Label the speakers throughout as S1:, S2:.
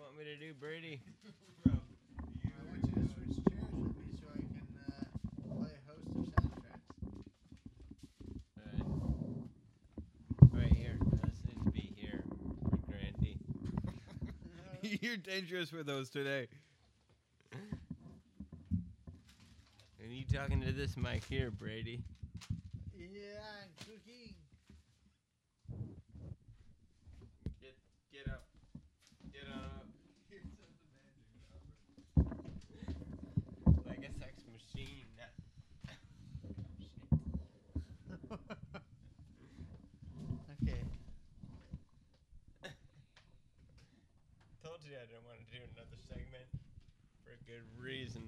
S1: want me to do, Brady?
S2: Bro, you,
S3: I want you to switch chairs with me so I can uh, play host of soundtracks.
S1: Alright. Right here. This needs to be here for Grandy. You're dangerous with those today. Are you talking to this mic here, Brady?
S3: yeah, I'm cooking.
S1: Get get up. Get up.
S3: Here's the magic number.
S1: Like a sex machine.
S3: okay.
S1: Told you I didn't want to do another segment for a good reason.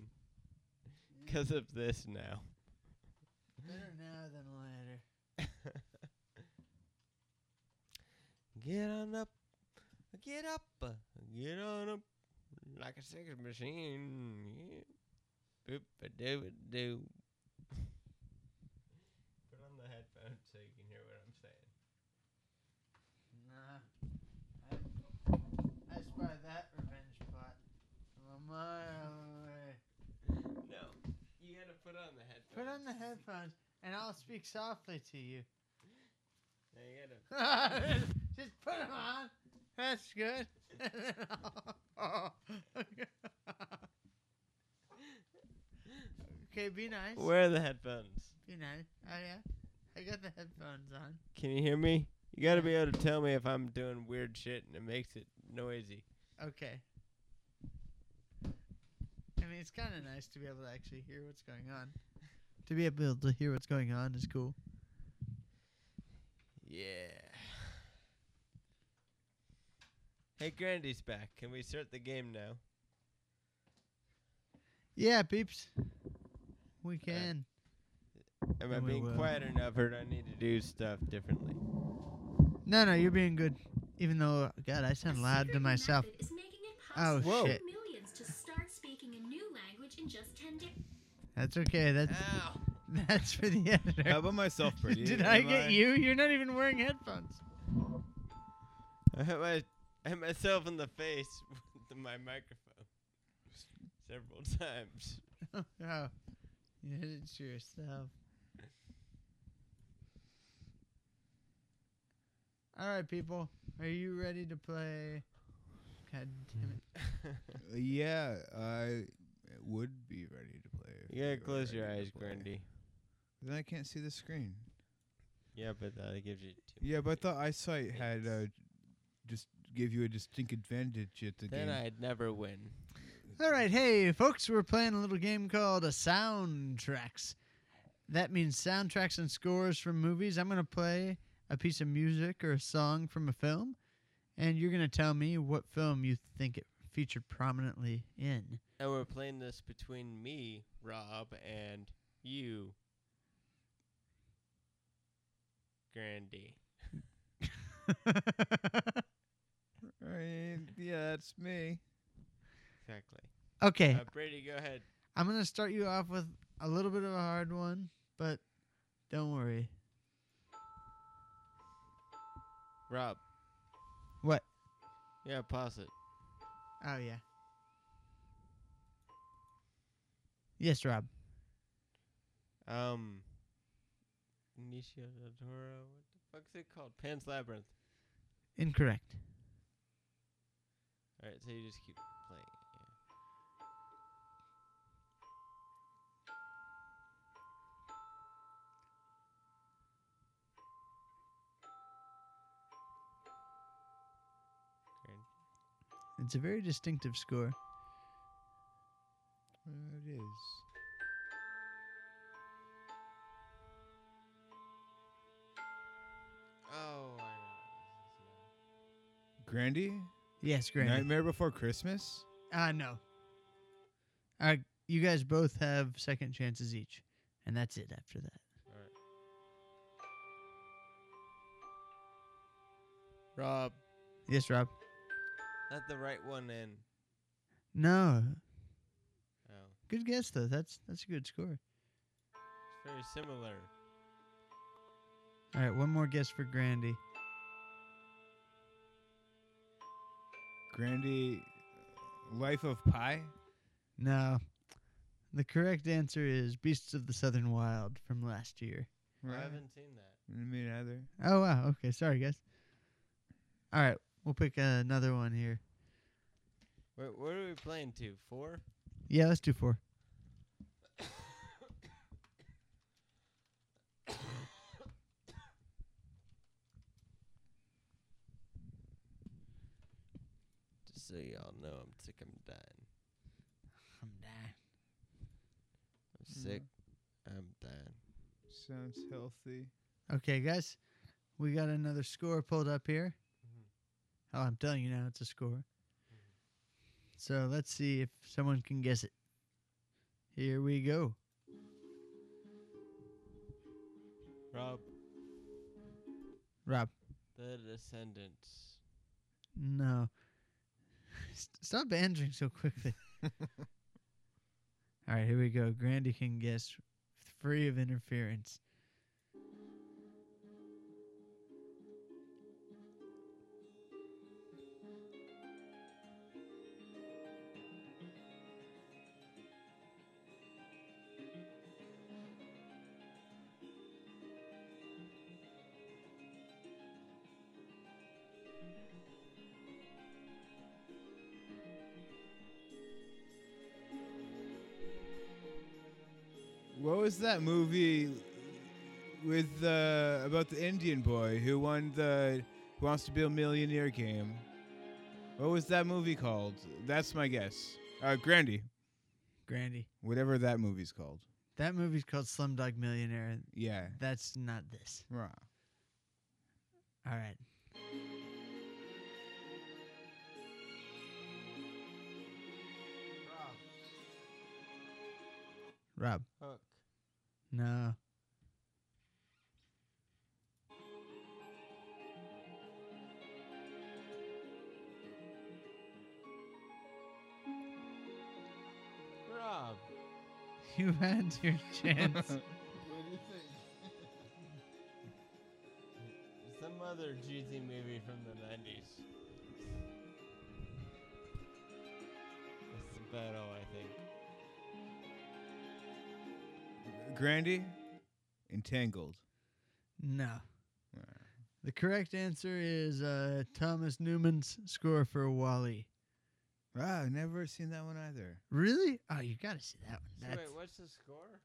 S1: Because of this now.
S3: Better now than later.
S1: get on up, get up, uh, get on up, like a sex machine. Yeah. Boop doo doo. Put on the headphones so you can hear what I'm saying.
S3: Nah. I, I spy that revenge plot from a mile away.
S1: No, you gotta put on the headphones.
S3: Put on the headphones and I'll speak softly to you.
S1: Now you gotta.
S3: Just put them on. That's good. okay, be nice.
S1: Where are the headphones?
S3: Be nice. Oh, yeah. I got the headphones on.
S1: Can you hear me? You gotta be able to tell me if I'm doing weird shit and it makes it noisy.
S3: Okay. I mean, it's kind of nice to be able to actually hear what's going on. To be able to hear what's going on is cool.
S1: Yeah. Hey, Grandy's back. Can we start the game now?
S3: Yeah, peeps. We can.
S1: Am I
S3: We
S1: being
S3: will.
S1: quiet enough, or do I need to do stuff differently?
S3: No, no, you're being good. Even though, God, I sound
S4: A
S3: loud to
S4: secret
S3: myself.
S4: method is making it
S3: Oh,
S4: possible for
S3: shit.
S4: millions to start speaking a new language in just 10 days.
S3: That's okay. That's
S1: Ow!
S3: that's for the editor.
S2: Ah. how about myself, Brady?
S3: Did I
S2: Am
S3: get you? You're not even wearing headphones.
S1: I hit, my, I hit myself in the face with the- my microphone several times.
S3: oh, you did it to yourself. All right, people, are you ready to play? God damn it!
S2: Yeah, I would be ready to play. if
S1: You gotta
S2: were
S1: close your
S2: ready to
S1: eyes,
S2: play.
S1: Grandy.
S2: Then I can't see the screen.
S1: Yeah, but that gives you two.
S2: Yeah, but the eyesight had uh, just gave you a distinct advantage at the
S1: Then
S2: game.
S1: I'd never win.
S3: All right, hey folks, we're playing a little game called a soundtracks. That means soundtracks and scores from movies. I'm gonna play a piece of music or a song from a film, and you're gonna tell me what film you think it featured prominently in.
S1: And we're playing this between me, Rob, and you, Grandy.
S2: Right, yeah, that's me.
S1: Exactly.
S3: okay,
S1: Uh, Brady, go ahead.
S3: I'm gonna start you off with a little bit of a hard one, but don't worry.
S1: Rob.
S3: What?
S1: Yeah, pause it.
S3: Oh yeah. Yes, Rob.
S1: Um, Inicio del Toro. What the fuck's it called? Pan's Labyrinth.
S3: Incorrect.
S1: All right, so you just keep playing. Yeah. Grand-
S3: It's a very distinctive score.
S2: There it is.
S1: Oh, I
S2: Grandy?
S3: Yes, Granny.
S2: Nightmare Before Christmas?
S3: Ah, no. Uh, you guys both have second chances each, and that's it after that.
S1: know. All right. Rob,
S3: Yes, Rob.
S1: let the right one in.
S3: No.
S1: Oh.
S3: Good guess though. That's that's a good score.
S1: It's very similar.
S3: All right, one more guess for Grandy.
S2: Grandy, uh, Life of Pi.
S3: No. The correct answer is Beasts of the Southern Wild from last year.
S1: I
S2: Right.
S1: haven't seen that.
S2: Me neither.
S3: Oh, wow. Okay. Sorry, guys. All right. We'll pick another one here.
S1: Where, where are we playing to? Four?
S3: Yeah, let's do four.
S1: Just so y'all know, I'm sick. I'm dying.
S3: I'm dying.
S1: I'm
S3: Mm-hmm.
S1: sick. I'm dying.
S2: Sounds healthy.
S3: Okay, guys. We got another score pulled up here.
S1: Mhm.
S3: Oh, I'm telling you now, it's a score. So let's see if someone can guess it. Here we go.
S1: Rob,
S3: Rob.
S1: the Descendants.
S3: No. S- Stop answering so quickly. All right, here we go. Grandy can guess free of interference.
S2: What was that movie with uh, about the Indian boy who won the Who Wants to Be a Millionaire game? What was that movie called? That's my guess. Uh, Grandy,
S3: Grandy.
S2: whatever that movie's called.
S3: That movie's called Slumdog Millionaire. and
S2: Yeah.
S3: That's not this.
S2: Right.
S3: All right. Rob.
S1: Hook.
S3: No.
S1: Rob.
S3: You had your chance.
S1: What do you think? Some other cheesy movie from the 90s. That's about all I think.
S2: Grandy, Entangled.
S3: no. The correct answer is uh, Thomas Newman's score for Wally.
S2: Ah, I've never seen that one either.
S3: Really? Oh, you gotta see that
S1: So
S3: one. That's
S1: wait, what's the score?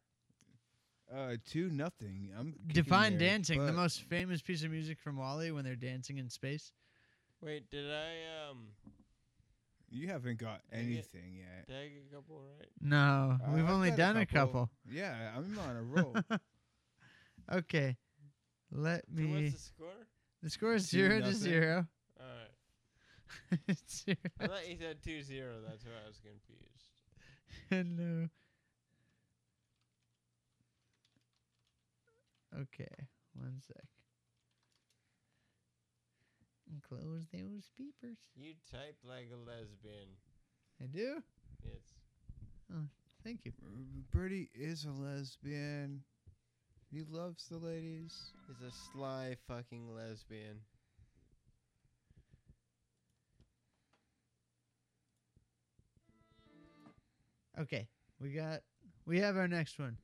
S2: Uh, two nothing. I'm kicking
S3: Define
S2: their
S3: dancing, the
S2: butt.
S3: most famous piece of music from Wally when they're dancing in space.
S1: Wait, did I um
S2: You haven't got
S1: Dang it.
S2: anything yet.
S1: did I get a couple right?
S3: No,
S2: I-
S3: we've
S2: I've
S3: only
S2: got
S3: done Uh, a couple.
S2: Yeah, I'm on a roll.
S3: okay, let
S1: So
S3: me.
S1: what's the score?
S3: The score is
S2: Two
S3: zero to
S2: nothing.
S3: zero.
S1: All right.
S3: It's
S1: I
S3: zero.
S1: thought you said two zero. That's why I was confused.
S3: Hello. Okay, one sec. And close those beepers.
S1: You type like a lesbian.
S3: I do.
S1: Yes.
S3: Thank you.
S2: Bertie is a lesbian. He loves the ladies.
S1: He's a sly fucking lesbian.
S3: Okay, we got we have our next one.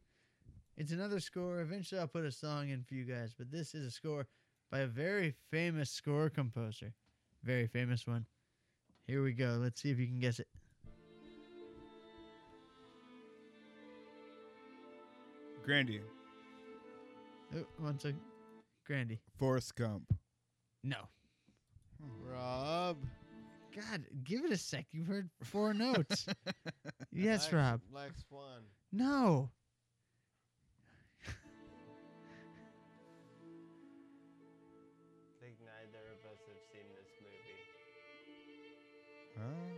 S3: It's another score. Eventually, I'll put a song in for you guys, but this is a score by a very famous score composer, very famous one. Here we go. Let's see if you can guess it.
S2: Grandy,
S3: Oh, one second, Grandy.
S2: Forrest Gump.
S3: No,
S1: Rob.
S3: God, give it a sec. You've heard four notes. Yes,
S1: Black-
S3: Rob.
S1: Black Swan.
S3: No.
S1: I think neither of us have seen this movie.
S2: Huh?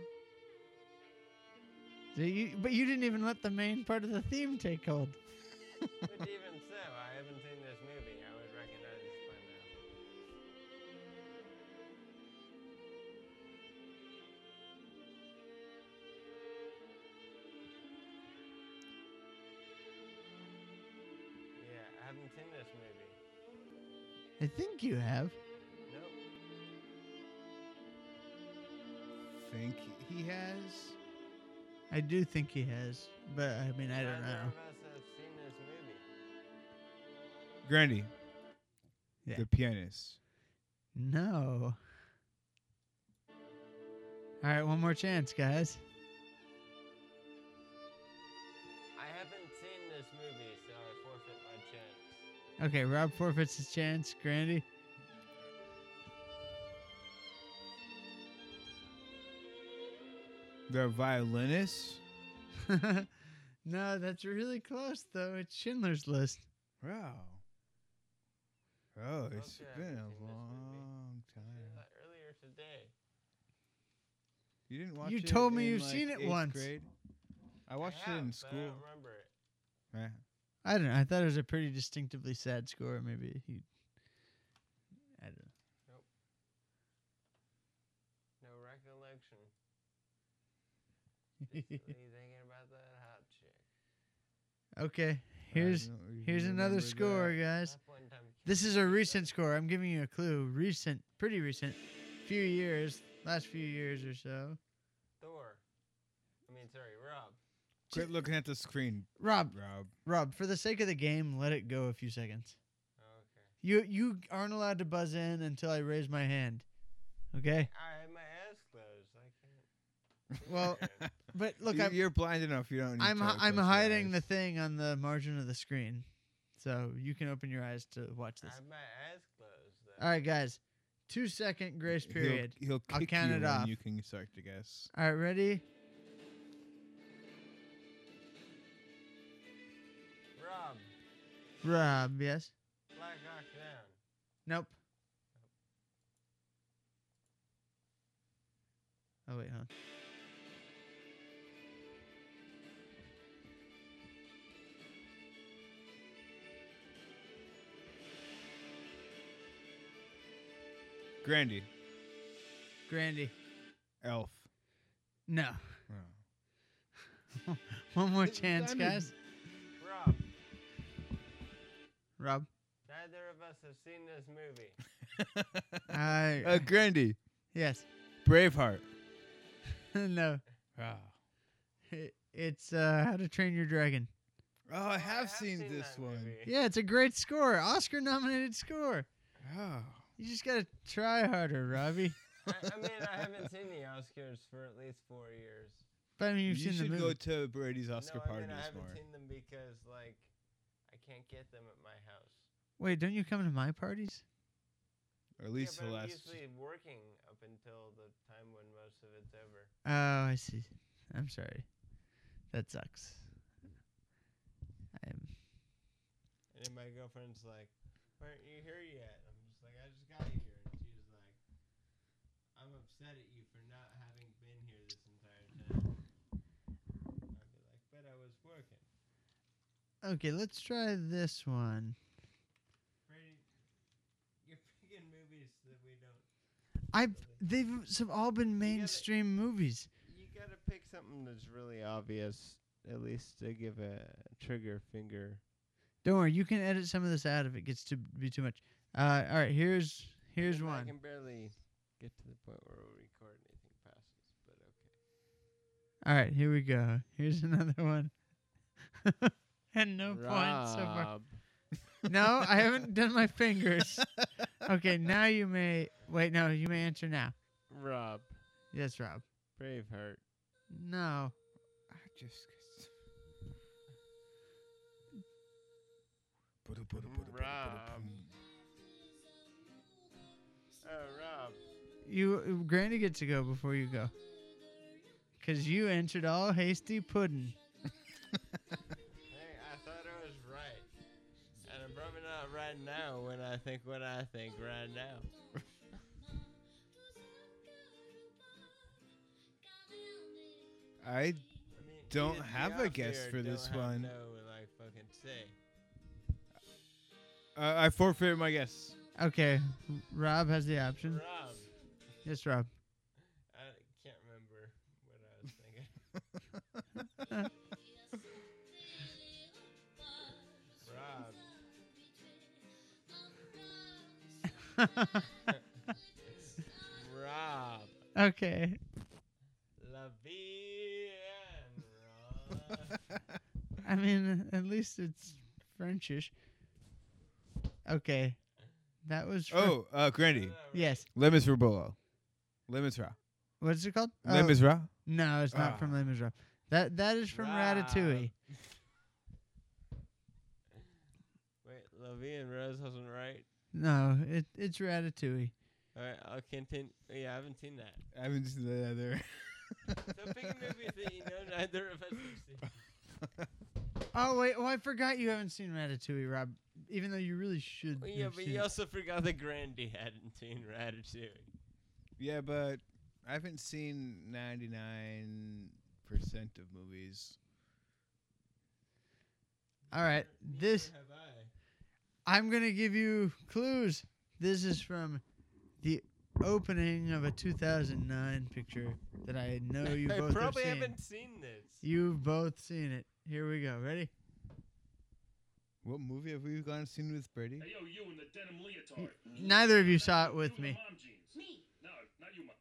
S3: So you- but you didn't even let the main part of the theme take hold.
S1: but even so, I haven't seen this movie. I would recognize this by now. Yeah, I haven't seen this movie.
S3: I think you have.
S1: Nope.
S2: think he has.
S3: I do think he has, but I mean, I don't know.
S2: Grandy,
S3: Yeah.
S2: the pianist.
S3: No. All right, one more chance, guys.
S1: I haven't seen this movie, so I forfeit my chance.
S3: Okay, Rob forfeits his chance. Grandy.
S2: The violinist.
S3: no, that's really close though. It's Schindler's List.
S2: Wow. Oh, it's
S1: Okay, I
S2: been
S1: haven't seen
S2: a
S1: this movie.
S2: long time.
S1: Earlier today.
S2: You didn't watch
S3: You
S2: it
S3: told me
S2: in,
S3: you've
S2: like,
S3: seen it
S2: eighth
S3: once.
S2: grade? I watched it in school.
S1: remember it.
S2: Eh.
S3: I don't know. I thought it was a pretty distinctively sad score. Maybe he. I don't know.
S1: No recollection. thinking about that hot chick?
S3: okay,
S2: I
S3: here's
S2: don't even
S3: here's another
S2: remember that.
S3: score, guys. This is a recent score. I'm giving you a clue. Recent, pretty recent, few years, last few years or so.
S1: Thor. I mean, sorry, Rob.
S2: Quit looking at the screen,
S3: Rob,
S2: Rob.
S3: Rob, for the sake of the game, let it go a few seconds.
S1: Okay.
S3: You you aren't allowed to buzz in until I raise my hand. Okay?
S1: I had my ass closed. I can't. see
S3: Well,
S1: it.
S3: But look,
S2: you,
S3: I'm
S2: you're blind enough. You don't. Need
S3: I'm
S2: to
S3: hi-
S2: close
S3: I'm
S2: your
S3: hiding the
S2: eyes.
S3: thing on the margin of the screen. So you can open your eyes to watch
S1: I
S3: this.
S1: had my ass closed. Though.
S3: All right, guys. 2 second grace
S2: He'll-
S3: period.
S2: He'll,
S3: I'll
S2: kick
S3: count
S2: you
S3: it
S2: when
S3: off.
S2: You can start to guess.
S3: All right, ready?
S1: Rob,
S3: Rob, yes.
S1: Black Hawk Down.
S3: Nope. Oh wait, huh?
S2: Grandy,
S3: Grandy.
S2: Elf.
S3: No.
S2: Oh.
S3: One more
S2: It's
S3: chance,
S2: under-
S3: guys.
S1: Rob,
S3: Rob.
S1: neither of us have seen this movie.
S3: I
S2: Uh, Grandy,
S3: yes.
S2: Braveheart.
S3: no.
S2: Oh,
S3: It- It's uh, How to Train Your Dragon.
S2: I
S1: Oh,
S2: have, seen, this
S1: that
S2: one.
S1: movie.
S3: Yeah, it's a great score. Oscar nominated score.
S2: Oh,
S3: You just gotta try harder, Robbie.
S1: I, I mean, I haven't seen the Oscars for at least four years.
S3: But I mean, you've
S2: you
S3: seen
S2: should
S3: the movie.
S2: go to Brady's Oscar
S1: no, I
S2: parties
S1: mean, I haven't
S2: more.
S1: seen them because, like, I can't get them at my house.
S3: wait, don't you come to my parties?
S2: Or at least
S1: yeah,
S2: the
S1: but I'm
S2: last.
S1: usually working up until the time when most of it's over.
S3: Oh, I see. I'm sorry. That sucks. I'm.
S1: And then my girlfriend's like, "Why aren't you here yet?" I'm just like, "I just got here." And she's like, "I'm upset at you for not having been here this entire time." I'd be like, "But I was working."
S3: Okay, let's try this one.
S1: Brady, you're picking movies that we don't.
S3: I they've s- all been
S1: gotta-
S3: mainstream movies.
S1: You gotta pick something that's really obvious, at least to give a trigger finger.
S3: Don't worry, you can edit some of this out if it gets to be too much. Uh, all right, here's here's
S1: I
S3: one.
S1: can barely get to the point where we'll record anything past this, but okay.
S3: All right, here we go. Here's another one. and no points so far. No, I haven't done my fingers. Okay, now you may wait. No, you may answer now.
S1: Rob,
S3: Yes, Rob.
S1: Braveheart.
S3: No,
S2: I just.
S1: Rob. Oh, Rob.
S3: you. Granny gets to go before you go. Cause you answered all hasty pudding.
S1: Hey, I thought I was right. And I'm probably not right now when I think what I think right now.
S2: I
S1: I mean,
S2: Don't
S1: either be
S2: have a
S1: off
S2: guess
S1: here or
S2: for this
S1: don't have
S2: one.
S1: No, like fucking say.
S2: uh, I forfeit my guess.
S3: Okay, Rob has the option.
S1: Rob,
S3: Yes, Rob.
S1: I can't remember what I was thinking. Rob, Rob.
S3: okay.
S1: the Vienna.
S3: I mean, at least it's Frenchish. Okay, that was. Fr-
S2: oh, uh, Grandy.
S3: yes.
S2: Lemons Rubolo. Lemons Ra.
S3: What's it called? Oh,
S2: Lemons Ra.
S3: No, it's not
S2: Ah.
S3: from Les Miserables. That that is from
S1: Ra.
S3: Ratatouille.
S1: Wait, Levi and Rose wasn't right.
S3: No, it it's Ratatouille.
S1: All right, I'll continue. Yeah, I haven't seen that.
S2: I haven't seen that either.
S1: So pick a movie that you know neither of us have seen.
S3: Oh wait, oh I forgot you haven't seen Ratatouille, Rob. Even though you really should.
S1: Well, yeah,
S3: have
S1: but
S3: seen
S1: you
S3: it.
S1: also forgot that Grandy hadn't seen Ratatouille.
S2: Yeah, but I haven't seen 99% of movies.
S3: All right,
S1: Neither
S3: this
S1: have I.
S3: I'm gonna give you clues. This is from the opening of a 2009 picture that I know you
S1: I
S3: both have
S1: probably
S3: seen.
S1: haven't seen this.
S3: You've both seen it. Here we go. Ready?
S2: What movie have we gone and seen with Brady?
S5: Hey, yo, you in the denim leotard.
S3: Neither of you saw it with
S5: You in the
S3: me.
S5: mom jeans.
S4: Me.
S5: No, not you, mom.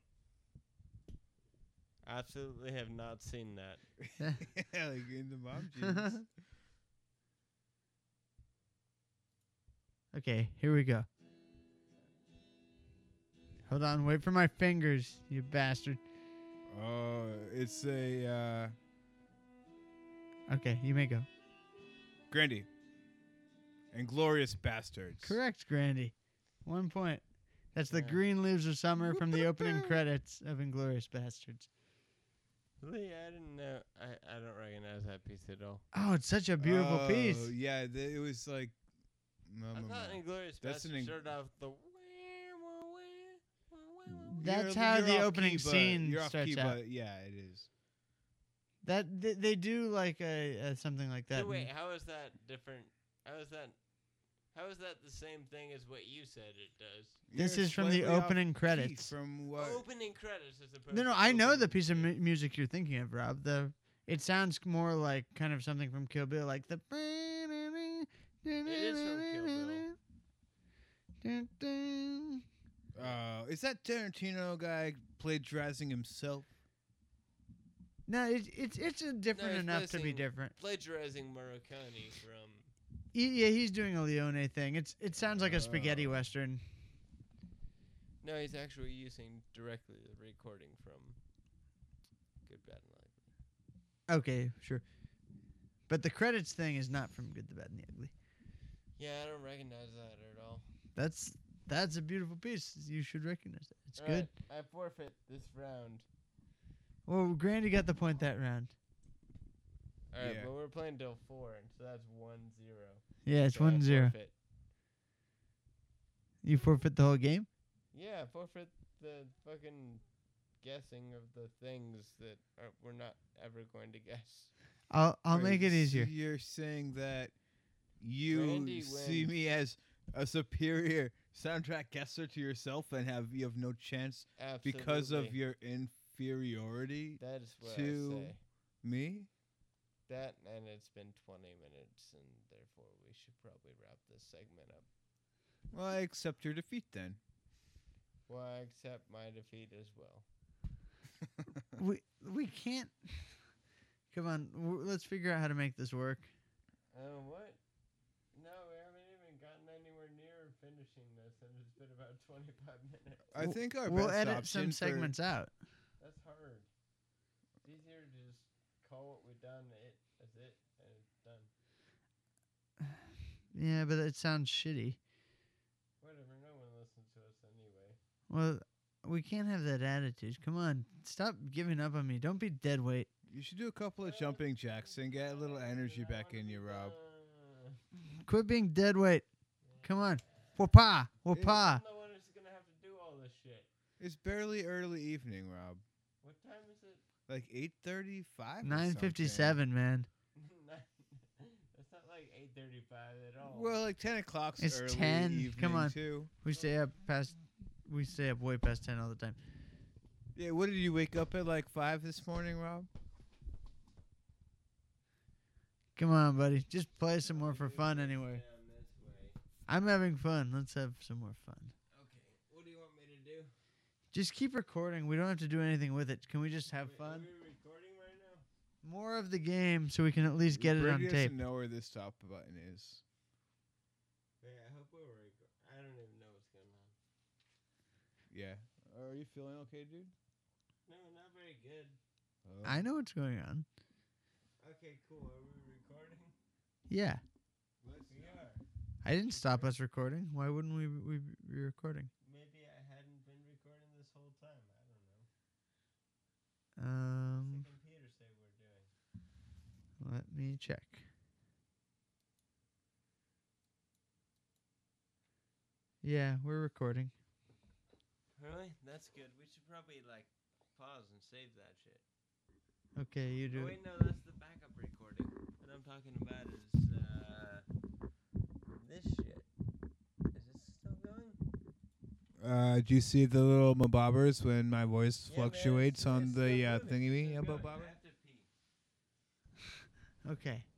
S1: Absolutely have not seen that.
S2: yeah, like in the mom jeans.
S3: okay, here we go. Hold on, wait for my fingers, you bastard.
S2: oh, it's a uh,
S3: Okay, you may go.
S2: Grandy. And Glorious Bastards.
S3: Correct, Grandy. One point. That's the
S1: Yeah.
S3: green leaves of summer from the opening credits of Inglorious Bastards.
S1: Lee, I didn't know. I, I don't recognize that piece at all.
S3: Oh, it's such a beautiful
S2: Oh,
S3: piece.
S2: Yeah, th- it was like. mm, No,
S1: I
S2: no,
S1: thought
S2: no.
S1: Inglorious
S2: That's an
S1: Bastards
S2: ing-
S1: started off the. wah, wah, wah, wah, wah, wah.
S3: That's
S2: You're-
S3: how
S2: you're
S3: the
S2: off
S3: opening
S2: key, but-
S3: scene
S2: you're off
S3: starts
S2: key,
S3: out.
S2: But yeah, it is.
S3: That they, they do like a, a something like that.
S1: So
S3: in-
S1: wait, how is that different? How is that? How is that the same thing as what you said it does?
S3: This
S2: You're
S3: is from the
S2: slightly off
S3: opening
S2: key
S3: credits.
S2: From what?
S1: Opening credits as opposed.
S3: No, no,
S1: to
S3: I know
S1: opening
S3: the piece of mu-
S1: scene.
S3: music you're thinking of, Rob. The it sounds more like kind of something from Kill Bill, like the.
S1: is from Kill Bill.
S3: Dun, dun.
S1: Oh.
S2: Uh, is that Tarantino guy plagiarizing himself?
S3: No, it, it's it's uh, different
S1: it's
S3: enough to be
S1: missing-
S3: different.
S1: plagiarizing Murakami from.
S3: He, yeah, he's doing a Leone thing. It's it sounds like a spaghetti
S2: Oh.
S3: western.
S1: No, he's actually using directly the recording from. Good, bad, and ugly.
S3: Okay, sure. But the credits thing is not from Good, the Bad, and the Ugly.
S1: Yeah, I don't recognize that at all.
S3: That's that's a beautiful piece. You should recognize that. It's good.
S1: I forfeit this round.
S3: Well, Grandy got the point that round.
S1: All right,
S2: Yeah.
S1: but we're playing till four, and so that's one zero.
S3: Yeah, it's
S1: So I
S3: one zero.
S1: forfeit.
S3: You forfeit the whole game.
S1: Yeah, forfeit the fucking guessing of the things that are, we're not ever going to guess.
S3: I'll I'll
S2: Wait,
S3: make it
S2: so
S3: easier.
S2: You're saying that you
S1: Randy
S2: see
S1: wins.
S2: me as a superior soundtrack guesser to yourself, and have you have no chance
S1: Absolutely.
S2: because of your inferiority.
S1: That is what
S2: two-
S1: I say.
S2: Me?
S1: That and it's been 20 minutes, and therefore we should probably wrap this segment up.
S2: Well, I accept your defeat then.
S1: Well, I accept my defeat as well.
S3: We we can't. Come on, w- let's figure out how to make this work.
S1: Uh, what? No, we haven't even gotten anywhere near finishing this, and it's been about 25 minutes.
S2: I
S3: W-
S2: think our
S3: we'll
S2: best
S3: edit
S2: option
S3: some
S2: for-
S3: segments out.
S1: That's hard. It's easier to just call what we've done it as it and it's done.
S3: Yeah, but it sounds shitty.
S1: Whatever, no one listens to us anyway.
S3: Well, we can't have that attitude. Come on, stop giving up on me. Don't be dead weight.
S2: You should do a couple of jumping jacks and get a little energy back in you, Rob.
S3: Quit being dead weight. Come on, whoopah, whoopah.
S1: I'm the one who's gonna have to do all this shit.
S2: It's barely early evening, Rob.
S1: What time is it?
S2: Like eight thirty-five.
S3: Nine fifty-seven, man.
S1: That's not like 8:35 at all.
S2: Well, like ten o'clock's
S3: It's
S2: early
S3: 10. Come
S2: Evening
S3: on.
S2: Too.
S3: We stay up past. We stay up way past ten all the time.
S2: Yeah. What did you wake up at like five this morning, Rob?
S3: Come on, buddy. Just play some more for fun anyway.
S1: Down this way.
S3: I'm having fun. Let's have some more fun.
S1: Okay. What do you want me to do?
S3: Just keep recording. We don't have to do anything with it. Can we just have
S1: Wait,
S3: fun?
S1: Are we recording right now?
S3: More of the game so we can at least get it
S2: Brady
S3: on
S2: doesn't
S3: tape.
S2: know where this stop button is.
S1: Wait, I hope we're recording. I don't even know what's going on.
S2: Yeah. Oh, Are you feeling okay, dude?
S1: No, not very good.
S2: Oh.
S3: I know what's going on.
S1: Okay, cool. Are we recording?
S3: Yeah.
S1: Yes, we are.
S3: I didn't stop us recording. Why wouldn't we we be recording?
S1: Maybe I hadn't been recording this whole time. I don't know.
S3: Um,
S1: What's the computer say we're doing?
S3: let me check. Yeah, we're recording.
S1: Really? That's good. We should probably like pause and save that shit.
S3: Okay, you
S1: Oh,
S3: do. it.
S1: wait, no, that's the backup recording. What I'm talking about is uh, this shit. Is this still going?
S2: Uh, do you see the little mabobbers when my voice
S1: Yeah, man, it's-
S2: fluctuates
S1: it's
S2: on
S1: still
S2: the uh,
S1: moving. It's
S2: thingy?
S1: still
S2: Yeah,
S1: going.
S2: mabobber?
S1: I have to pee.
S3: Okay.
S1: What's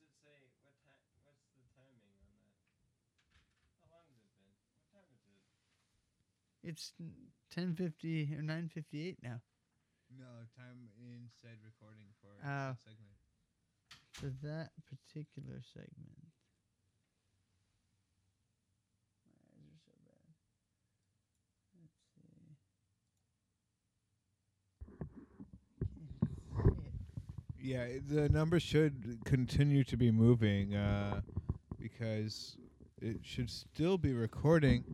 S1: it say? What time? What's the timing on that? How long has it been? What time is it?
S3: It's 10:50 or 9:58 now.
S2: No, time inside recording for
S3: Oh.
S2: segment.
S3: for that particular segment. My eyes are so bad. Let's see. Can't see it.
S2: Yeah, it- the number should continue to be moving uh, because it should still be recording.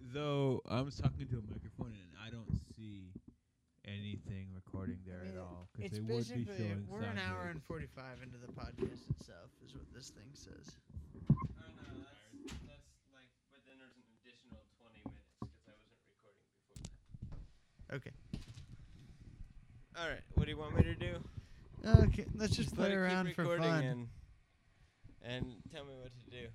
S2: Though I was talking to a microphone and I don't see anything recording there
S3: mean,
S2: at all because
S3: It's
S2: they would be
S3: basically
S2: showing
S3: we're an
S2: sound
S3: hour
S2: waves.
S3: and forty five into the podcast itself is what this thing says.
S1: Oh no, that's that's like. But then there's an additional 20 minutes because I wasn't recording before that.
S3: Okay.
S1: All right. What do you want me to do?
S3: Okay. Let's just
S1: let
S3: play
S1: it keep
S3: around for
S1: recording
S3: fun.
S1: And, and tell me what to do.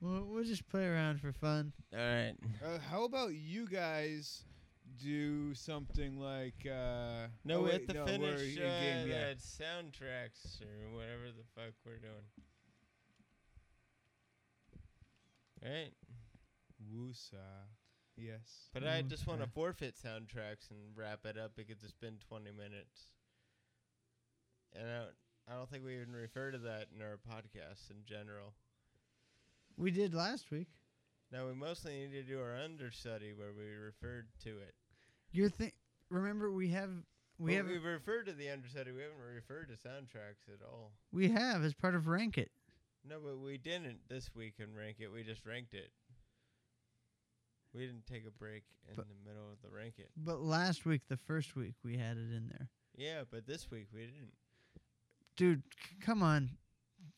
S3: We'll, we'll just play around for fun.
S1: All right.
S2: Uh, how about you guys do something like uh
S1: No,
S2: oh
S1: we
S2: wait,
S1: have to
S2: no, we're
S1: finish uh,
S2: in-game, yeah.
S1: that soundtracks or whatever the fuck we're doing. Right,
S2: Woosa. Yes.
S1: but I just want to
S3: Mm, Okay.
S1: forfeit soundtracks and wrap it up because it's been 20 minutes, and I don't, I don't think we even refer to that in our podcasts in general.
S3: We did last week.
S1: Now we mostly need to do our understudy where we referred to it.
S3: You're think. Remember we have we
S1: But
S3: have
S1: we've referred to the understudy. We haven't referred to soundtracks at all.
S3: we have as part of rank it.
S1: No, but we didn't this week and rank it. We just ranked it. We didn't take a break in
S3: But-
S1: the middle of the rank it.
S3: But last week, the first week, we had it in there.
S1: Yeah, but this week we didn't.
S3: Dude, c- come on.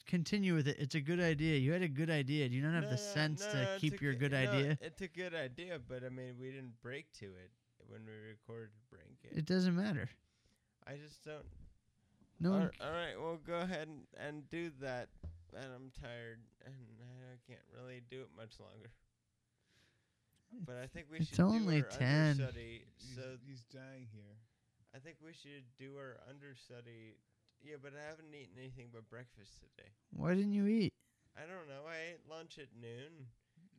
S3: Continue with it. It's a good idea. You had a good idea. Do you not have
S1: No,
S3: the
S1: no,
S3: sense
S1: no,
S3: to
S1: no, it's
S3: keep
S1: a
S3: your
S1: g-
S3: good
S1: no,
S3: idea?
S1: It's a good idea, but I mean, we didn't break to it when we recorded rank it.
S3: It doesn't matter.
S1: I just don't.
S3: No
S1: all
S3: one,
S1: right, all right, well, go ahead and, and do that. And I'm tired, and I can't really do it much longer. But I think we
S3: It's
S1: should
S3: only
S1: do our
S3: 10.
S1: understudy
S2: He's,
S1: so
S2: he's dying here.
S1: I think we should do our understudy. Yeah, but I haven't eaten anything but breakfast today.
S3: why didn't you eat?
S1: I don't know. I ate lunch at noon.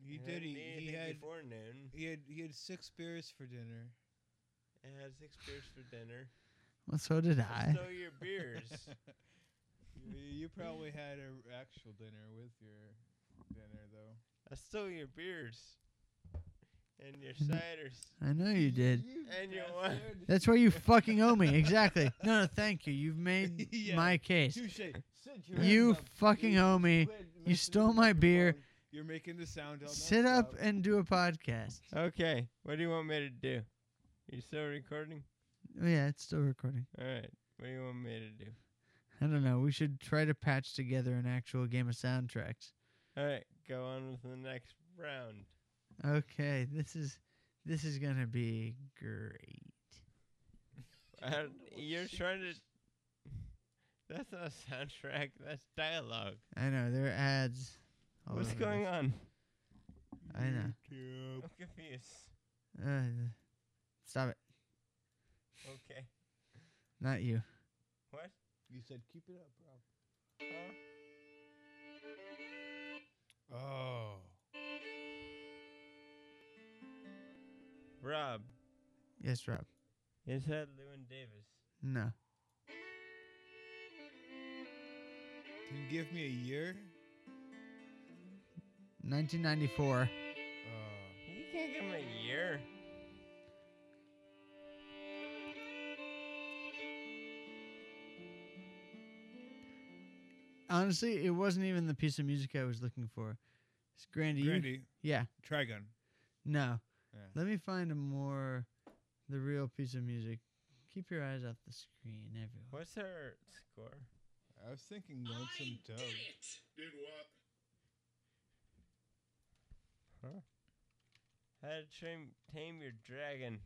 S2: He
S1: and I
S2: did
S1: didn't
S2: he,
S1: eat
S2: he
S1: anything
S2: had
S1: before noon.
S2: he had he had six beers for dinner.
S1: I had six beers for dinner.
S3: Well, so did I.
S1: So your beers.
S2: you, you probably had an actual dinner with your dinner though.
S1: I stole your beers. And your ciders.
S3: I know you did.
S1: And you won.
S3: That's why you fucking owe me. Exactly. No, no, thank you. You've made
S2: Yeah.
S3: my case.
S2: Touche. Sit your
S3: You
S2: ass up.
S3: fucking owe me.
S2: quit messing
S3: You
S2: with
S3: stole
S2: the
S3: my beer.
S2: microphone. You're making the sound all
S3: Sit
S2: messed
S3: up and do a podcast.
S1: Okay. What do you want me to do? You still recording?
S3: Oh, yeah, it's still recording.
S1: All right. What do you want me to do?
S3: I don't know. We should try to patch together an actual game of soundtracks.
S1: All right. Go on with the next round.
S3: Okay, this is this is gonna be great.
S1: I don't, Uh, you're trying to. That's not a soundtrack. That's dialogue.
S3: I know there are ads. all
S1: What's
S3: over
S1: going on?
S3: this. I know.
S1: I'm confused.
S3: Uh, stop it!
S1: Okay.
S3: Not you.
S1: What?
S2: You said keep it up, bro.
S1: Huh?
S2: Oh.
S1: Rob,
S3: Yes, Rob.
S1: is that Lewin Davis?
S3: No.
S2: Can you give me a year?
S3: 1994.
S2: Uh,
S1: You can't give him a year.
S3: Honestly, it wasn't even the piece of music I was looking for. It's Grandy. you-
S2: Grandy,
S3: yeah.
S2: Trigun.
S3: No.
S2: Yeah.
S3: Let me find a more the real piece of music. Keep your eyes off the screen, everyone.
S1: What's her score?
S2: I was thinking Lonesome Dove.
S5: Did what?
S1: How to Train Tame Your Dragon.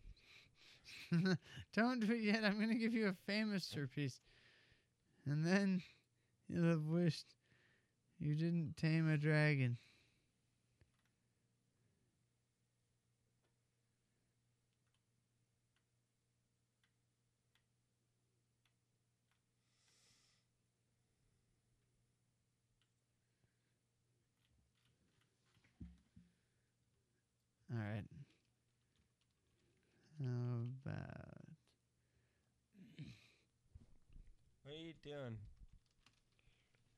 S3: Don't do it yet. I'm going to give you a famous piece. And then you'll have wished you didn't tame a dragon. All right. How about
S1: What are you doing?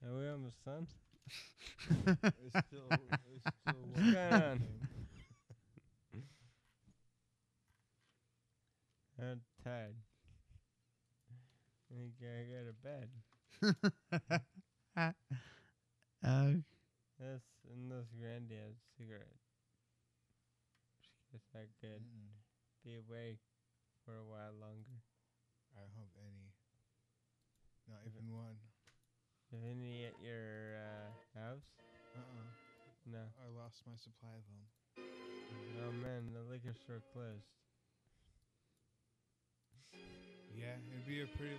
S1: Are we almost done?
S2: It's still, it's still
S1: What's going on? I'm tired. I think I go to bed.
S3: uh,
S1: That's and those granddad's cigarette. Guess I could
S2: Mm-mm.
S1: be awake for a while longer.
S2: I hope any. Not even one.
S1: Is any at your uh, house?
S2: Uh-uh.
S1: No.
S2: I lost my supply of them.
S1: Oh man, the liquor store closed.
S2: Yeah, it'd be a pretty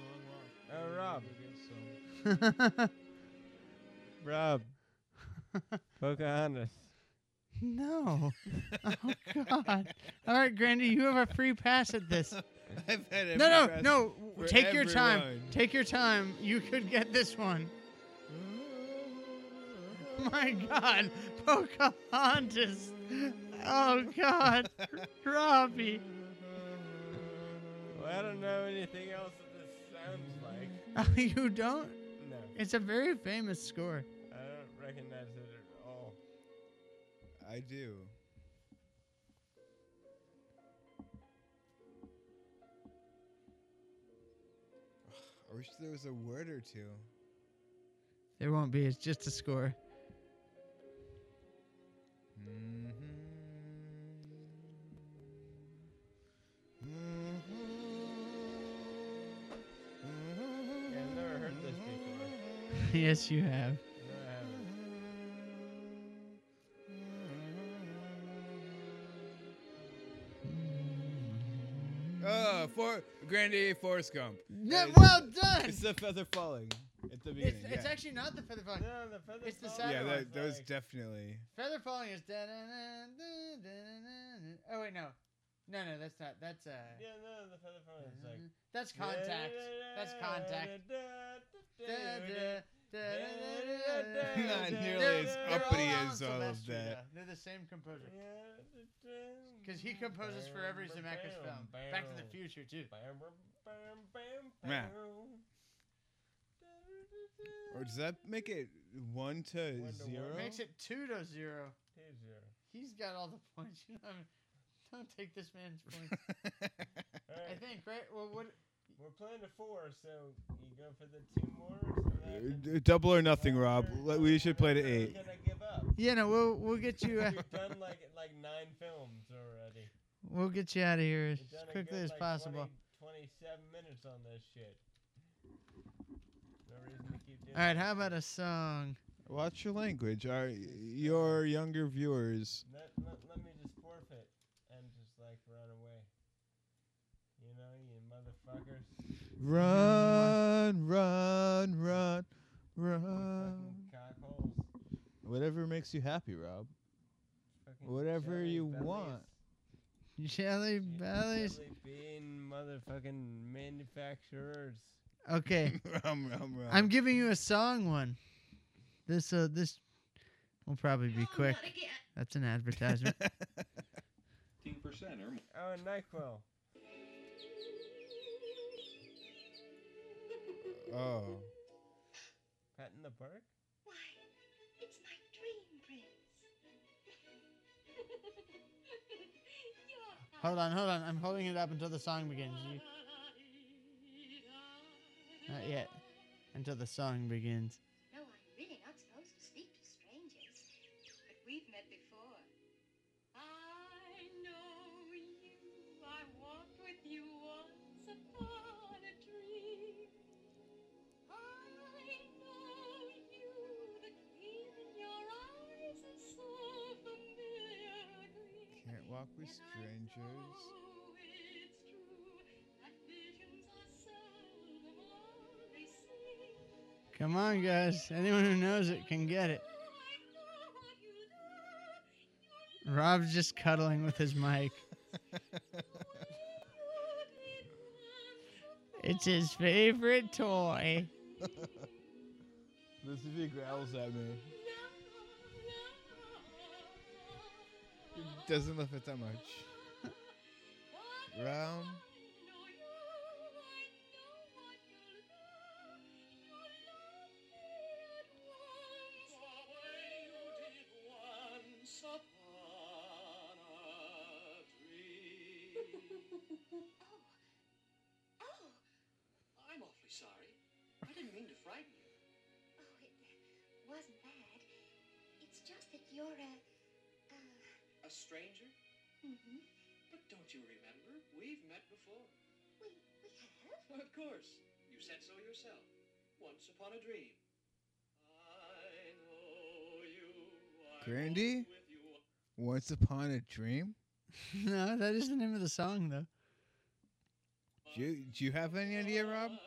S2: long walk.
S1: Oh,
S2: Maybe
S1: Rob.
S2: we'll get some.
S1: Rob. Pocahontas.
S3: no. Oh God. All right, Grandy, you have a free pass at this.
S2: I've had every
S3: No, no,
S2: press-
S3: no.
S2: for
S3: Take your time.
S2: everyone.
S3: Take your time. You could get this one. My God, Pocahontas. Oh God, Robbie.
S1: Well, I don't know anything else that this sounds like.
S3: Oh, you don't?
S1: No,
S3: It's a very famous score.
S1: I don't recognize it at all.
S2: I do. I wish there was a word or two.
S3: There won't be. It's just a score.
S2: Mm-hmm. Mm-hmm.
S1: Yeah, I've never heard this before.
S2: Mm-hmm.
S3: yes, you have.
S1: No, I haven't.
S2: Oh, for Grandy Forrest Gump.
S3: No,
S2: It's-
S3: well done.
S2: It's
S3: It's,
S2: the feather falling at the beginning.
S3: it's,
S2: yeah.
S3: actually not the feather falling.
S1: No, the feather
S3: It's the
S1: falls
S3: sad
S2: yeah,
S1: off,
S3: one.
S2: that, that was
S1: like-
S2: definitely.
S3: Feather falling is da da da da da. Oh wait, no, no, no, that's not. That's uh.
S1: Yeah, no, the feather falling is like.
S3: that's contact. That's contact.
S2: Not nearly
S3: They're-
S2: as
S3: they're
S2: uppity
S3: on
S2: as all of
S3: Sylvester,
S2: that.
S3: though. They're the same composer. Because he composes for every Zemeckis film. Back to the Future, too.
S2: Yeah. Or does that make it one to
S1: One to one.
S2: zero?
S3: Makes it 2 to 0.
S1: Here's your-
S3: He's got all the points. You know, what I mean? don't take this man's points.
S1: All
S3: I
S1: right,
S3: think, right? Well, what?
S1: we're playing to four, so you go for the two more. so that happens.
S2: D- Double or nothing, Rob. Le- We should play to
S1: Whatever we're
S2: eight.
S1: gonna give up.
S3: Yeah, no, we'll we'll get you
S2: uh,
S1: We've done like like nine films already.
S3: we'll get you out of here as
S1: We've done a
S3: quickly
S1: good,
S3: as
S1: like,
S3: possible.
S1: 20, 27 minutes on this shit. No reason to keep doing.
S3: All right,
S1: this.
S3: how about a song?
S2: Watch your language. Our your younger viewers.
S1: Let, let, let me just forfeit and just like run away. You know, you motherfuckers.
S2: Run, run, run,
S3: Uh,
S2: run.
S1: fucking cockholes.
S2: Whatever makes you happy, Rob.
S1: Fucking
S2: Whatever
S1: jelly
S2: you
S1: bellies.
S2: want.
S3: Jelly
S1: You
S3: Bellies.
S1: Jelly bean motherfucking manufacturers.
S3: Okay,
S2: rum, rum, rum.
S3: I'm giving you a song one. This uh
S4: Oh,
S3: this will probably be quick. That's an advertisement.
S4: Do
S6: 15% or more.
S1: Oh, and NyQuil.
S2: Oh.
S1: Pat in the park?
S7: Why, it's my dream, Prince. You're
S3: Hold on, hold on. I'm holding it up until the song begins. You, not yet. Until the song begins.
S7: No, I'm really not supposed to speak to strangers, but we've met before. I know you. I walked with you once upon a dream. I know you. The gleam in your eyes is so familiar a dream.
S2: Can't walk with
S7: And I
S2: strangers.
S7: know it's true that visions are seldom all they seem.
S3: Come on, guys. Anyone who knows it can get it. Rob's just cuddling with his mic. It's his favorite toy.
S2: Let's see if he growls at me. He doesn't love it that much. Round.
S8: I'm awfully sorry. I didn't mean to frighten you.
S7: Oh, You're a. Uh,
S8: A stranger?
S7: mm-hmm.
S8: But don't you remember? We've met before.
S7: We, we have?
S8: Why, of course. You said so yourself. Once upon a dream. I know you. I
S2: Grandy?
S8: walked with you
S2: Once upon a dream.
S3: no, that is the name of the song, though.
S2: Do you, do you have any idea, Rob?
S8: upon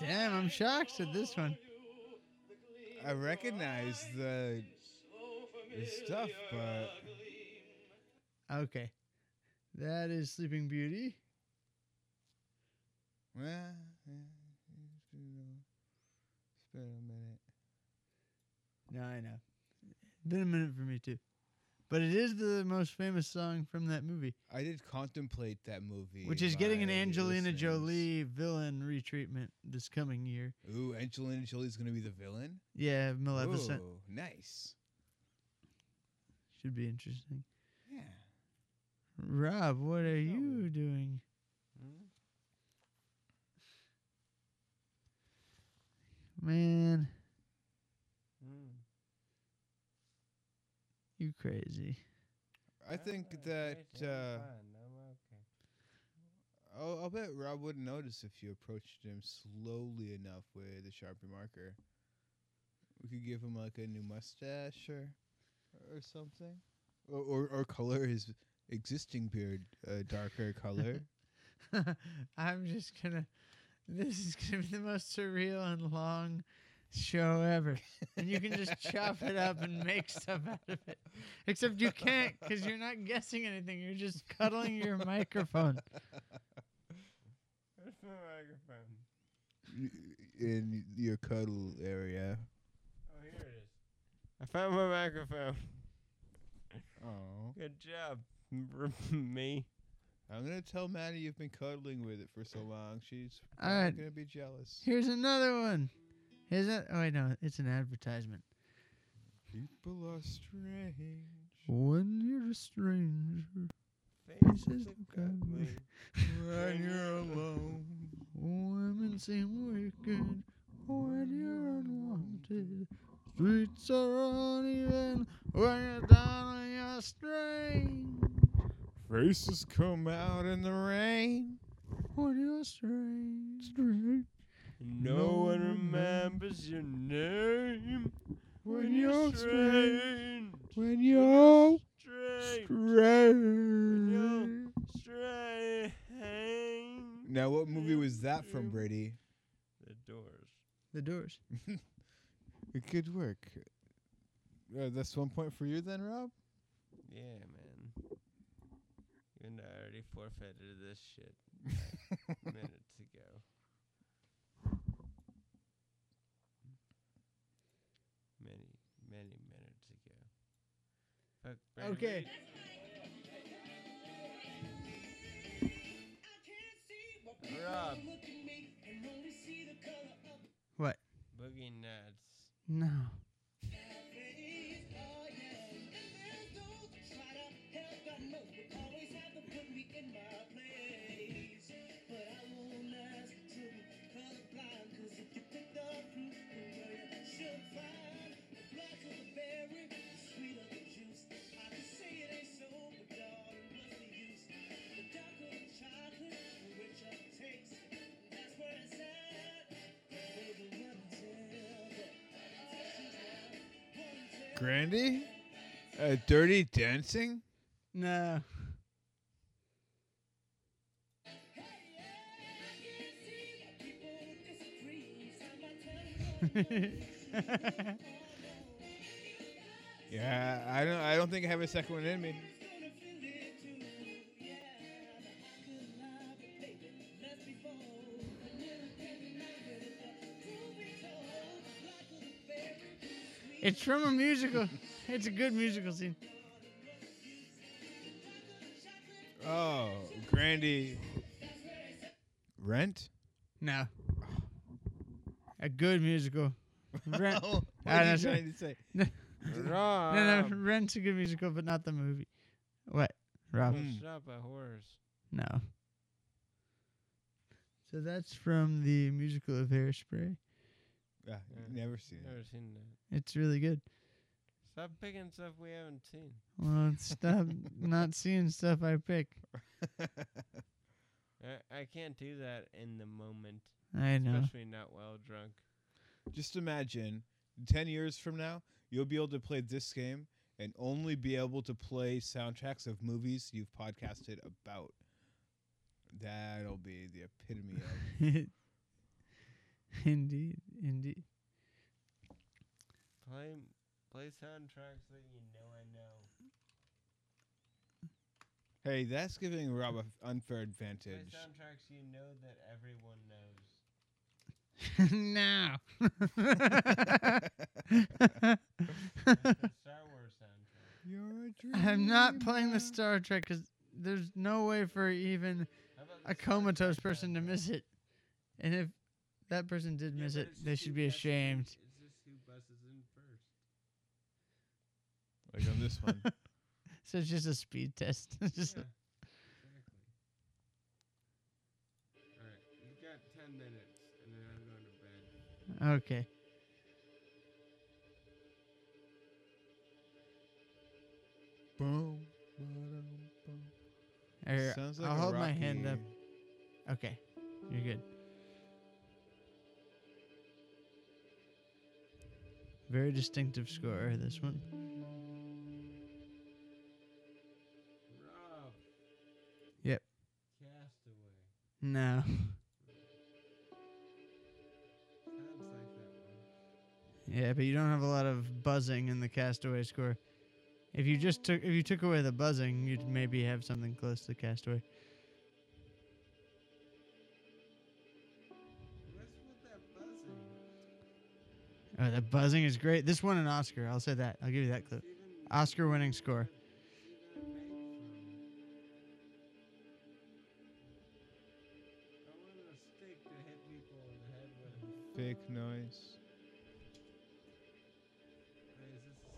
S8: a dream.
S3: Damn, I'm shocked at this one.
S2: I recognize the
S8: So
S2: the
S8: familiar
S2: stuff, but
S8: a gleam.
S3: Okay. That is Sleeping Beauty.
S2: well, yeah, it's been a- it's been a minute.
S3: No, I know. Been a minute for me, too. But it is the most famous song from that movie,
S2: I did contemplate that movie,
S3: which is getting an
S2: by
S3: Angelina
S2: listeners.
S3: Jolie villain retreatment this coming year.
S2: Ooh, Angelina Jolie's gonna be the villain.
S3: Yeah, Maleficent.
S2: Ooh, nice.
S3: Should be interesting.
S2: Yeah.
S3: Rob, what are you doing? Man,
S2: Mm-hmm.
S3: you crazy.
S1: Oh,
S2: I think that uh, I'll, I'll bet Rob wouldn't notice if you approached him slowly enough with a sharpie marker. We could give him like a new mustache or or something, or or, or color his existing beard a darker color.
S3: I'm just gonna. This is gonna be the most surreal and long show ever, and you can just chop it up and make stuff out of it. Except you can't, because you're not guessing anything. You're just cuddling your microphone.
S1: Where's my microphone?
S2: in your cuddle area.
S1: Oh, here it is. I found my microphone.
S2: Oh,
S1: Good job, me.
S2: I'm gonna tell Maddie you've been cuddling with it for so long. She's
S3: All
S2: probably
S3: right.
S2: gonna be jealous.
S3: Here's another one. Here's a. Oh wait, no, it's an advertisement.
S2: People are strange.
S3: When you're a stranger,
S1: Faces
S3: look
S1: look ugly.
S3: ugly.
S2: When you're alone.
S3: women seem wicked when you're unwanted. Streets are uneven when you're down on your strange.
S2: Faces come out in the rain.
S3: When you're strange,
S1: No, one remembers your name
S2: When you're strange.
S1: strange.
S2: When you're
S1: Strange.
S2: strange.
S1: When Strange.
S2: Now, what movie was that from, Brady?
S1: The doors.
S3: The doors.
S2: It could work. Uh, that's one point for you, then, Rob.
S1: Yeah, man. Even though I already forfeited this shit minutes ago. Many, many minutes ago. Fuck Brady
S3: Okay.
S1: Rob,
S3: What?
S1: Boogie Nuts.
S3: No.
S2: Grandy? Uh, dirty dancing?
S3: No.
S2: Yeah, I don't. I don't think I have a second one in me.
S3: it's from a musical. It's a good musical scene.
S2: Oh, Grandy. Rent?
S3: No. A good musical. Rent.
S2: Oh, what
S3: I
S2: are you
S3: don't know.
S2: trying to say?
S1: Rob.
S3: no, no, Rent's a good musical, but not the movie. What? Rob?
S2: Mm.
S1: Stop a horse.
S3: No. So that's from the musical of Hairspray.
S2: Ah, never seen it.
S1: Never seen that.
S3: It's really good.
S1: Stop picking stuff we haven't seen.
S3: Well, stop not seeing stuff I pick.
S1: I, I can't do that in the moment,
S3: I know.
S1: especially not while drunk.
S2: Just imagine, ten years from now, you'll be able to play this game and only be able to play soundtracks of movies you've podcasted about. That'll be the epitome of
S3: indeed, indeed.
S1: Play play soundtracks that you know I know.
S2: Hey, that's giving Rob an unfair
S1: Play
S2: advantage.
S1: soundtracks you know that everyone knows.
S3: no.
S1: The Star Wars soundtrack.
S2: You're a dream.
S3: I'm not playing the Star Trek 'cause there's no way for even
S1: How about the Star
S3: a
S1: Trek
S3: comatose person to
S1: soundtrack?
S3: miss it. And if that person did
S1: Yeah,
S3: miss
S1: but
S3: it,
S1: it's
S3: they
S1: just
S3: should
S1: who
S3: be
S1: buses in-
S3: ashamed.
S1: It's just who buses in first.
S2: Like on this one.
S3: So it's just a speed test. It's just-
S1: Yeah, exactly. All right, you got ten minutes, and then I'm going to bed.
S3: Okay.
S2: Boom, ba-dum, boom.
S3: Here,
S2: Sounds like
S3: I'll
S2: a
S3: hold my hand up.
S2: Rocky-
S3: Er, Okay. You're good. Very distinctive score, this one.
S1: Rob.
S3: Yep.
S1: Castaway.
S3: No.
S1: Sounds like that one.
S3: Yeah, but you don't have a lot of buzzing in the castaway score. If you just took if you took away the buzzing, you'd maybe have something close to castaway.
S1: What's with that buzzing?
S3: Oh, the buzzing is great. This won an Oscar, I'll say that. I'll give you that clip.
S1: It's even-
S3: Oscar winning score.
S1: even made from- I wanted a stick to hit people in the head with.
S2: Fake noise.
S1: Wait, is this a stick?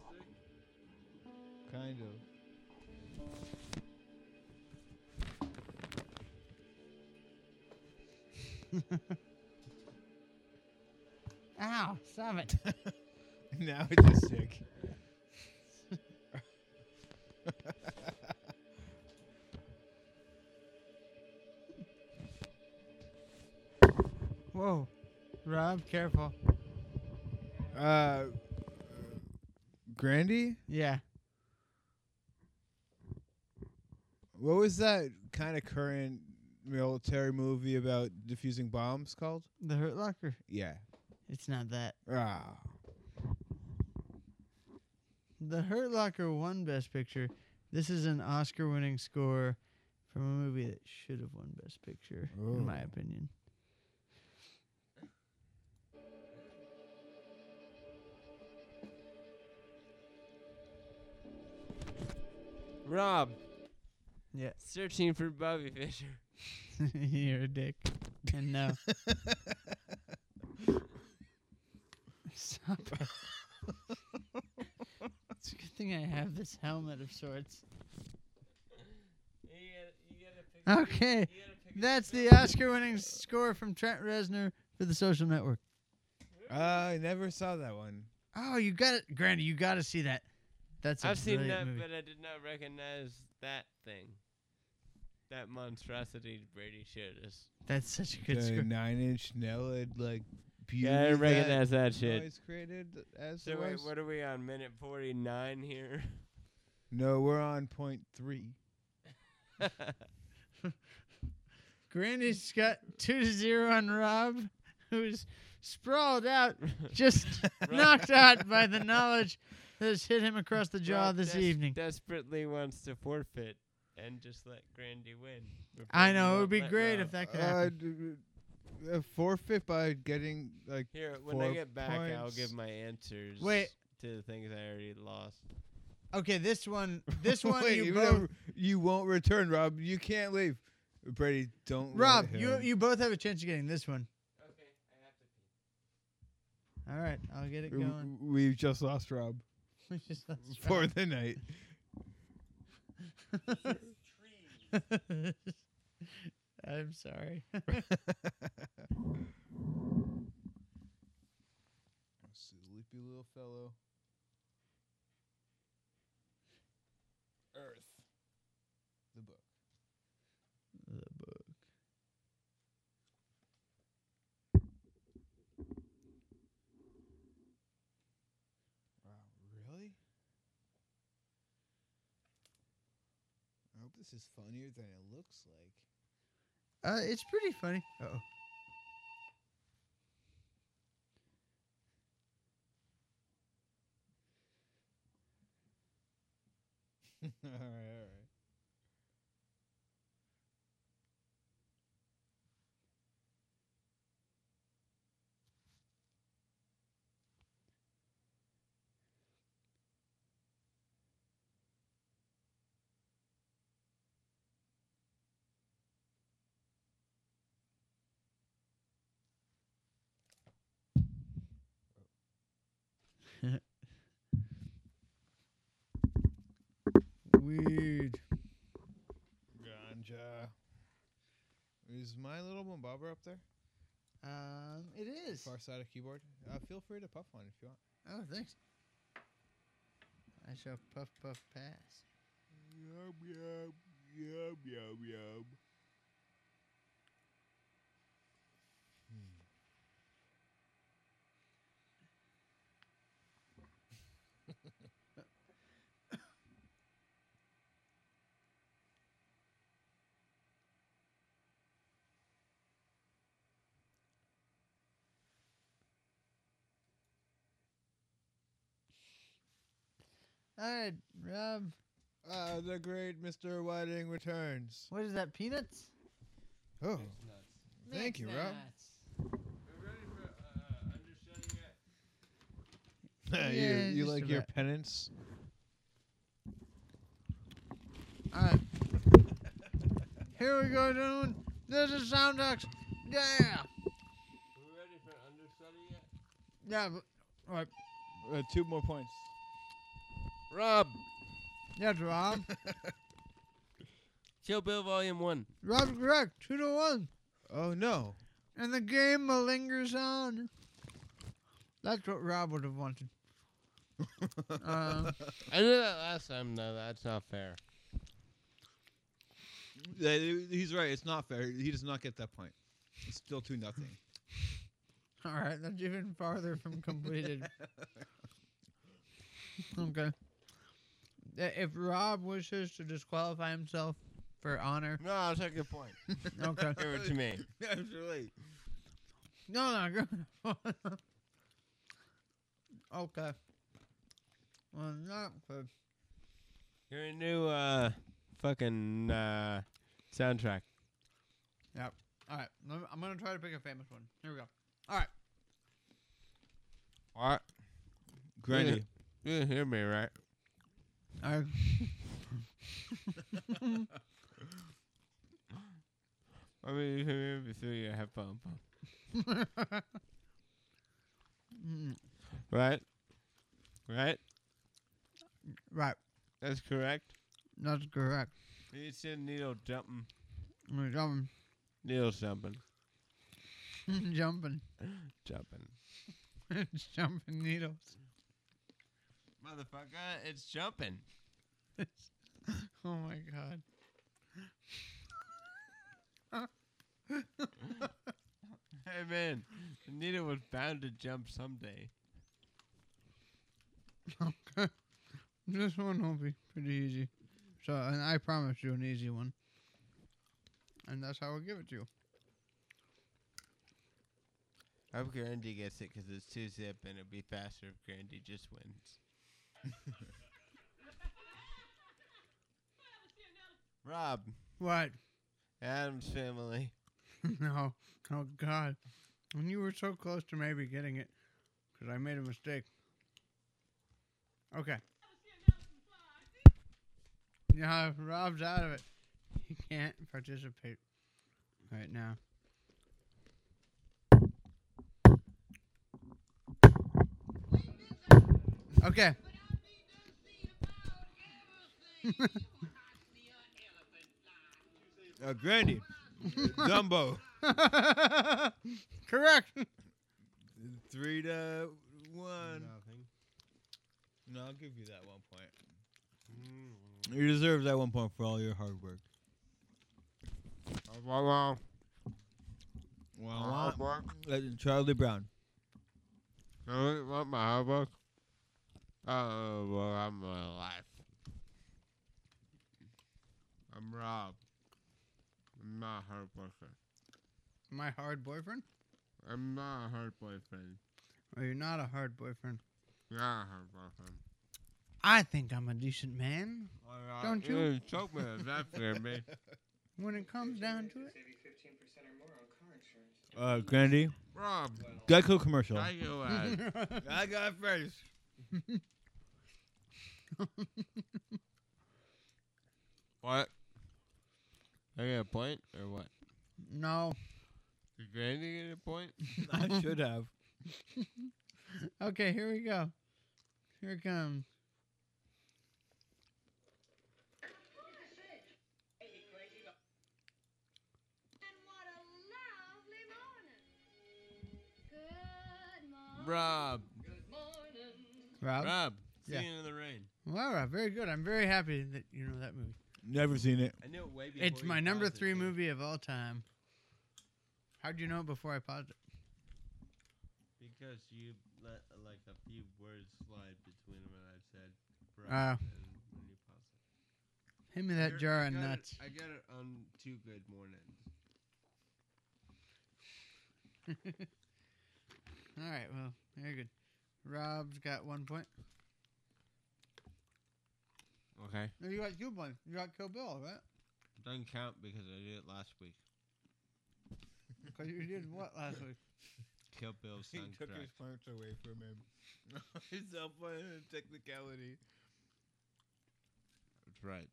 S2: Kind of.
S3: Ow, stop it.
S2: now it's a stick.
S3: Whoa. Rob, careful.
S2: Uh, Grandy,
S3: Yeah.
S2: what was that kind of current military movie about defusing bombs called?
S3: The Hurt Locker.
S2: Yeah.
S3: It's not that.
S2: Ah.
S3: The Hurt Locker won Best Picture. This is an Oscar winning score from a movie that should have won Best Picture, in my
S2: Oh.
S3: opinion.
S1: Rob.
S3: Yeah.
S1: Searching for Bobby Fisher.
S3: You're a dick. And uh, no. Stop. it. it's a good thing I have this helmet of sorts. Okay. That's the Oscar winning score from Trent Reznor for the social network.
S2: Uh, I never saw that one.
S3: Oh, you got it. Granny, you got to see that. That's a
S1: I've seen
S3: brilliant
S1: that,
S3: movie.
S1: but I did not recognize that thing. That monstrosity Brady showed us.
S3: That's such a good
S2: The
S3: score.
S2: nine inch nail had like beauty.
S1: Yeah, I didn't recognize that,
S2: that
S1: shit.
S2: noise created as
S1: So
S2: it
S1: wait,
S2: was.
S1: what are we on? Minute forty nine here.
S2: No, we're on point three.
S3: Granny's got 2 to 0 on Rob, who's sprawled out, just knocked out by the knowledge that has hit him across the jaw
S1: Rob
S3: this
S1: des-
S3: evening.
S1: Desperately wants to forfeit and just let Grandy win. before
S3: I
S1: you
S3: know, it
S1: won't
S3: would be
S1: let
S3: great
S1: Rob.
S3: if that could
S2: Uh,
S3: happen.
S2: d- d- uh, forfeit by getting like
S1: Here, when I
S2: Four
S1: get back, I'll give
S2: points.
S1: my answers.
S3: Wait.
S1: To the things I already lost.
S3: Okay, this one, this one,
S2: Wait,
S3: you
S2: you,
S3: both.
S2: never- you won't return, Rob. You can't leave. Brady, don't. let
S3: Rob, you
S2: him.
S3: you both have a chance of getting this one.
S1: Okay, I have to.
S3: All right, I'll get it
S2: W-
S3: going.
S2: w- We've just lost Rob
S3: We just lost
S2: for the night.
S3: Rob. I'm sorry.
S2: Sleepy little fellow. Earth. The book.
S3: the book.
S2: Wow, really? I hope this is funnier than it looks like.
S3: Uh, it's pretty funny. Oh,
S2: all right, all right.
S3: weird.
S2: Ganja. Is my little Mumbabra up there?
S3: Um, it is.
S2: Far side of keyboard. Uh, feel free to puff one if you want.
S3: Oh, thanks. I shall puff puff pass.
S2: Yum yum yum yum yum.
S3: All right, Rob.
S2: Ah, the great Mr. Whiting returns.
S3: What is that? Peanuts?
S2: Oh, thank you, Rob.
S1: We're ready for uh, understanding that.
S3: Yeah, yeah, just about.
S2: penance?
S3: All right. Here we go, dude. This is Sound Ducks. Yeah.
S1: We're ready for understudy yet?
S3: Yeah. but- All right.
S2: Uh, two more points.
S1: Rob,
S3: That's Rob.
S1: Kill Bill Volume 1.
S3: Rob Greg, two to one.
S2: Oh no.
S3: And the game lingers on. That's what Rob would have wanted. Uh,
S1: I did that last time, though. That's not fair.
S2: He's right. It's not fair. He does not get that point. It's still two nothing.
S3: all right, that's even farther from completed. okay. Uh, If Rob wishes to disqualify himself for honor,
S1: No, I'll take your point.
S3: okay.
S1: Give it to me.
S2: That's right.
S3: No, no, go. okay. Well, not for
S1: Your new uh, fucking uh, soundtrack.
S3: All right, lemme- I'm gonna try to pick a famous one. Here we go. All right.
S1: All right.
S2: Granny.
S1: You can hear me, right?
S3: All right.
S2: I mean, remember three, I have pump.
S3: Mm,
S2: Right? Right?
S3: right.
S2: That's correct.
S3: That's correct.
S2: You said needle jumping.
S3: We're jumping.
S2: Needle jumping.
S3: jumping.
S2: Jumping.
S3: jumping needles.
S1: Motherfucker, it's jumping.
S3: Oh my god.
S1: Hey man, the needle was bound to jump someday.
S3: Okay. This one will be pretty easy. So, and I promise you an easy one. And that's how I'll give it to you.
S1: I hope Grandy gets it because it's two zip and it'd be faster if Grandy just wins. Rob,
S3: What?
S1: Adam's family.
S3: no. Oh god. And you were so close to maybe getting it because I made a mistake. Okay. Yeah, Rob's out of it. He can't participate right now. Okay.
S2: Uh, Grandy. Dumbo.
S3: Correct.
S2: Three to one.
S1: Nothing.
S2: No, I'll give you that one point. You deserve that one point for all your hard work. Wow. Charlie Brown.
S1: want my hard work? Oh, well, I'm alive. I'm Rob. I'm not a hard worker.
S3: My hard boyfriend?
S1: I'm not a hard boyfriend.
S3: Or you're not a hard boyfriend.
S1: Not a hard boyfriend.
S3: I think I'm a decent man. Don't you?
S1: You choke me if that's fair, man.
S3: When it comes down to it.
S8: Save you 15% or more on car
S2: Uh,
S8: insurance.
S2: Grandy.
S1: Rob,
S2: Geico commercial.
S1: I go out. I got first. what? I get a point or what?
S3: no.
S1: Did Grandy get a point?
S2: I should have.
S3: Okay, here we go. Here it comes.
S4: And what a lovely morning. Good morning.
S1: Rob,
S3: Rob.
S1: Rob,
S3: Oh. Yeah.
S1: Singing in the Rain.
S3: Well, Rob, very good. I'm very happy that you know that movie.
S2: Never seen it.
S1: I knew it way before.
S3: It's
S1: you
S3: my number
S1: paused it,
S3: three
S1: too.
S3: movie of all time. How'd you know it before I paused it?
S1: Because you let like a few words slide between what I said.
S3: Ah.
S1: Rob, and when you paused it.
S3: Hand me that
S1: Here,
S3: jar
S1: I
S3: of
S1: got it-
S3: nuts.
S1: I got it on two good mornings.
S3: All right, well, very good. Rob's got one point.
S1: Okay.
S3: No, you got two points. You got Kill Bill, right?
S1: Doesn't count because I did it last week.
S3: Because you did what last week?
S1: Kill Bill
S2: He
S1: sounds
S2: took his
S1: correct.
S2: points away from him. He's up on a technicality.
S1: That's right.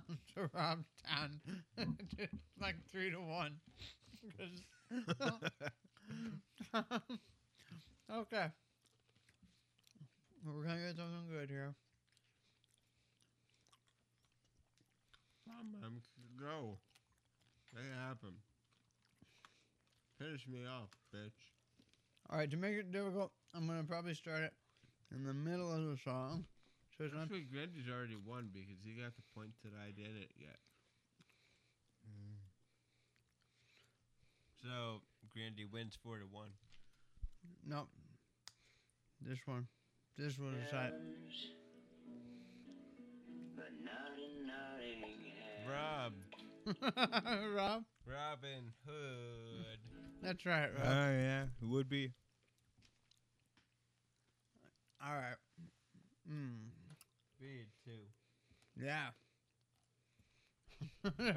S3: so Rob's down like three to one. 'Cause- okay. We're gonna get something good here.
S1: Mom, I'm go. Make it happen. Finish me off, bitch.
S3: All right, to make it difficult, I'm gonna probably start it in the middle of the song, so it's not
S1: Actually, Grandy's already won because he got the point that I didn't yet. So Grandy wins four to one.
S3: No. This one. This one is hot.
S1: Rob,
S3: Rob?
S1: Robin Hood.
S3: That's right,
S2: Oh,
S3: Rob.
S2: yeah. It would be.
S3: All right. Mm.
S1: Be two.
S3: Yeah.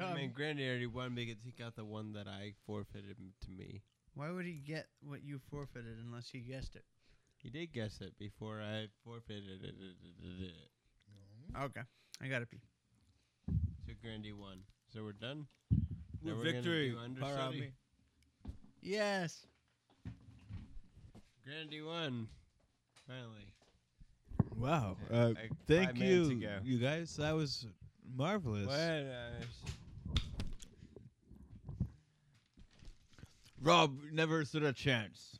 S1: I mean, Grandy already won because he got the one that I forfeited m- to me.
S3: Why would he get what you forfeited unless he guessed it?
S1: He did guess it before I forfeited it.
S3: Okay. I gotta pee.
S1: So Grandy won. So we're done. Now
S9: Well,
S1: we're gonna
S9: victory.
S1: do understudy.
S9: Para me.
S3: Yes.
S1: Grandy won. Finally.
S2: Wow.
S1: Yeah,
S2: Uh,
S1: like
S2: thank
S1: five minutes
S2: you,
S1: ago.
S2: you guys. That was marvelous. Rob never stood a chance.